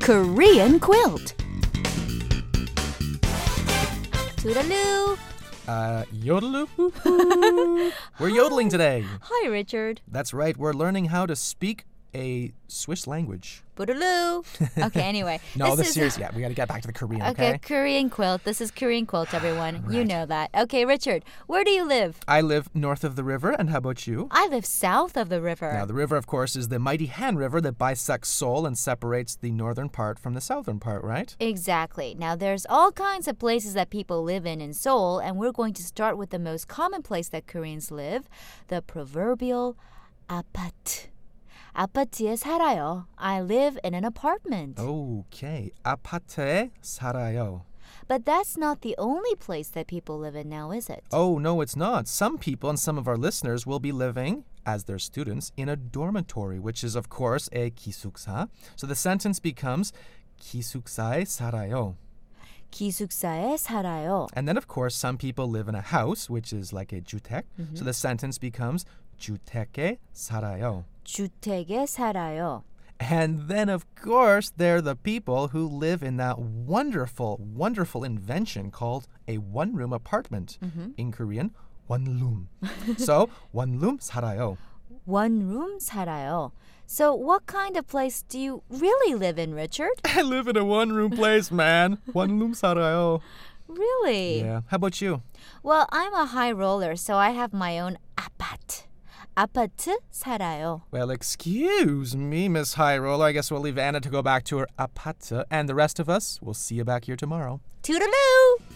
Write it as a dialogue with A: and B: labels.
A: Korean quilt.
B: Toodaloo.
C: Uh, yodeloo. we're yodeling today.
B: Hi, Richard.
C: That's right. We're learning how to speak a Swiss language.
B: Boodaloo. Okay, anyway.
C: No, this,
B: is
C: serious. Yeah, we got to get back to the Korean.
B: Okay,
C: Okay.
B: Korean quilt. This is Korean quilt, everyone. You know that. Okay, Richard, where do you live?
C: I live north of the river, and how about you?
B: I live south of the river.
C: Now, the river, of course, is the mighty Han River that bisects Seoul and separates the northern part from the southern part, right?
B: Exactly. Now, there's all kinds of places that people live in in Seoul, and we're going to start with the most common place that Koreans live, the proverbial 아파트. 아파트에 살아요. I live in an apartment.
C: Oh. Okay. Apate Sarayo.
B: But that's not the only place that people live in now, is it?
C: Oh, no, it's not. Some people and some of our listeners will be living, as their students, in a dormitory, which is, of course, a kisuksa. So the sentence becomes kisuksae sarayo.
B: 기숙사에 살아요.
C: And then, of course, some people live in a house, which is like a jutek. So the sentence becomes juteke sarayo.
B: 주택에 살아요.
C: And then, of course, they're the people who live in that wonderful, wonderful invention called a one room apartment. In Korean, 원룸. so, 원룸 살아요.
B: One room 살아요. So, what kind of place do you really live in, Richard?
C: I live in a one room place, man. 원룸 살아요.
B: Really?
C: Yeah. How about you?
B: Well, I'm a high roller, so I have my own 아파트. 아파트 살아요.
C: Well, excuse me, Miss High Roller. I guess we'll leave Anna to go back to her apata, and the rest of us, we'll see you back here tomorrow.
B: Toodaloo!